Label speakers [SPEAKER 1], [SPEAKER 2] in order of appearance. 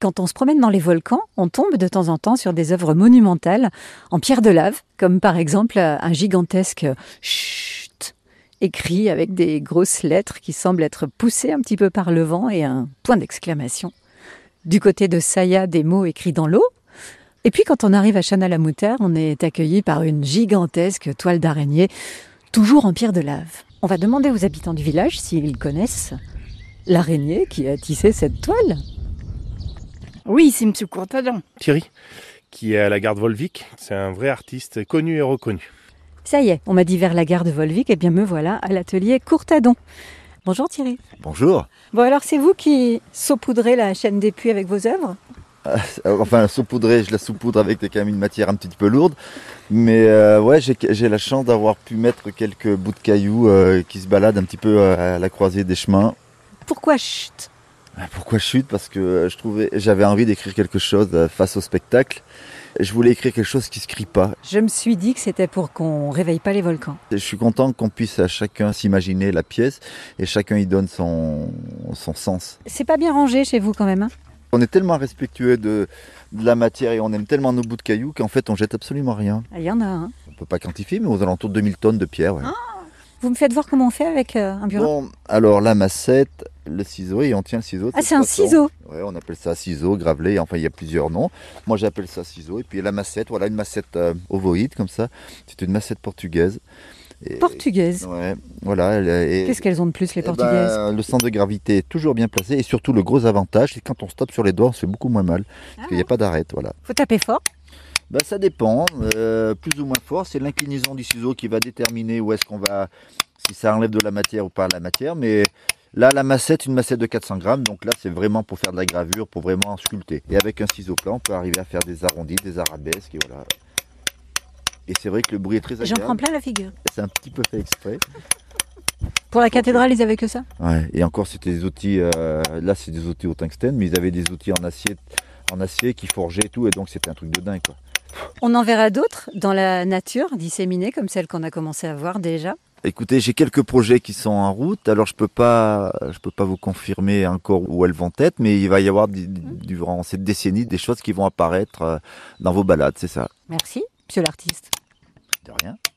[SPEAKER 1] Quand on se promène dans les volcans, on tombe de temps en temps sur des œuvres monumentales en pierre de lave, comme par exemple euh, un gigantesque chut écrit avec des grosses lettres qui semblent être poussées un petit peu par le vent et un point d'exclamation. Du côté de Saya, des mots écrits dans l'eau. Et puis quand on arrive à Chana-la-Moutère, on est accueilli par une gigantesque toile d'araignée, toujours en pierre de lave. On va demander aux habitants du village s'ils connaissent l'araignée qui a tissé cette toile.
[SPEAKER 2] Oui, c'est M. Courtadon.
[SPEAKER 3] Thierry, qui est à la garde Volvic. C'est un vrai artiste connu et reconnu.
[SPEAKER 1] Ça y est, on m'a dit vers la gare de Volvic, et bien me voilà à l'atelier Courtadon. Bonjour Thierry.
[SPEAKER 4] Bonjour.
[SPEAKER 1] Bon alors c'est vous qui saupoudrez la chaîne des puits avec vos œuvres
[SPEAKER 4] Euh, Enfin, saupoudrer, je la saupoudre avec des, quand même une matière un petit peu lourde. Mais euh, ouais, j'ai- j'ai la chance d'avoir pu mettre quelques bouts de cailloux euh, qui se baladent un petit peu euh, à la croisée des chemins. Bah,
[SPEAKER 1] Pourquoi chut
[SPEAKER 4] Pourquoi chute Parce que euh, je trouvais, j'avais envie d'écrire quelque chose euh, face au spectacle. Je voulais écrire quelque chose qui se crie pas.
[SPEAKER 1] Je me suis dit que c'était pour qu'on réveille pas les volcans.
[SPEAKER 4] Et Je suis content qu'on puisse à chacun s'imaginer la pièce et chacun y donne son, son sens.
[SPEAKER 1] C'est pas bien rangé chez vous quand même. hein
[SPEAKER 4] On est tellement respectueux de, de la matière et on aime tellement nos bouts de cailloux qu'en fait on jette absolument rien.
[SPEAKER 1] Ah, Il y en a un.
[SPEAKER 4] On peut pas quantifier, mais aux alentours de 2000 tonnes de pierre. ouais.
[SPEAKER 1] Ah. Vous me faites voir comment on fait avec euh, un bureau
[SPEAKER 4] bon, alors la massette, le ciseau, et on tient le ciseau. de
[SPEAKER 1] Ah,
[SPEAKER 4] cette
[SPEAKER 1] c'est un
[SPEAKER 4] façon.
[SPEAKER 1] ciseau
[SPEAKER 4] Ouais, on appelle ça ciseau, gravelé, enfin il y a plusieurs noms. Moi j'appelle ça ciseau. Et puis la massette, voilà une massette euh, ovoïde comme ça. C'est une massette portugaise. Et-
[SPEAKER 1] portugaise.
[SPEAKER 4] Ouais, voilà. elle est-
[SPEAKER 1] Qu'est-ce qu'elles ont de plus les
[SPEAKER 4] Eh ben,
[SPEAKER 1] portugaises
[SPEAKER 4] le centre de gravité est toujours bien placé et surtout le gros avantage, c'est que quand on se tape sur les doigts, on se fait beaucoup moins mal.
[SPEAKER 1] Ah
[SPEAKER 4] Parce qu'il n'y a pas d'arête, voilà.
[SPEAKER 1] Faut taper fort.
[SPEAKER 4] Bah, ça dépend, euh, plus ou moins fort. C'est l'inclinaison du ciseau qui va déterminer où est-ce qu'on va, si ça enlève de la matière ou pas la matière. Mais là, la massette, une massette de 400 grammes, donc là, c'est vraiment pour faire de la gravure, pour vraiment sculpter. Et avec un ciseau plat, on peut arriver à faire des arrondis, des arabesques, et voilà. Et c'est vrai que le bruit est très
[SPEAKER 1] J'en prends
[SPEAKER 4] agréable.
[SPEAKER 1] plein la figure.
[SPEAKER 4] C'est un petit peu fait exprès.
[SPEAKER 1] Pour la cathédrale, ils avaient que ça
[SPEAKER 4] Ouais, et encore, c'était des outils. euh, là, c'est des outils au tungstène, mais ils avaient des outils en acier, en acier qui forgeaient et tout, et donc c'était un truc de dingue. Quoi.
[SPEAKER 1] On en verra d'autres dans la nature, disséminées comme celles qu'on a commencé à voir déjà.
[SPEAKER 4] Écoutez, j'ai quelques projets qui sont en route, alors je peux pas, je peux pas vous confirmer encore où elles vont être, mais il va y avoir du- du- durant cette décennie des choses qui vont apparaître euh, dans vos balades, c'est ça.
[SPEAKER 1] Merci, monsieur l'artiste.
[SPEAKER 4] De rien.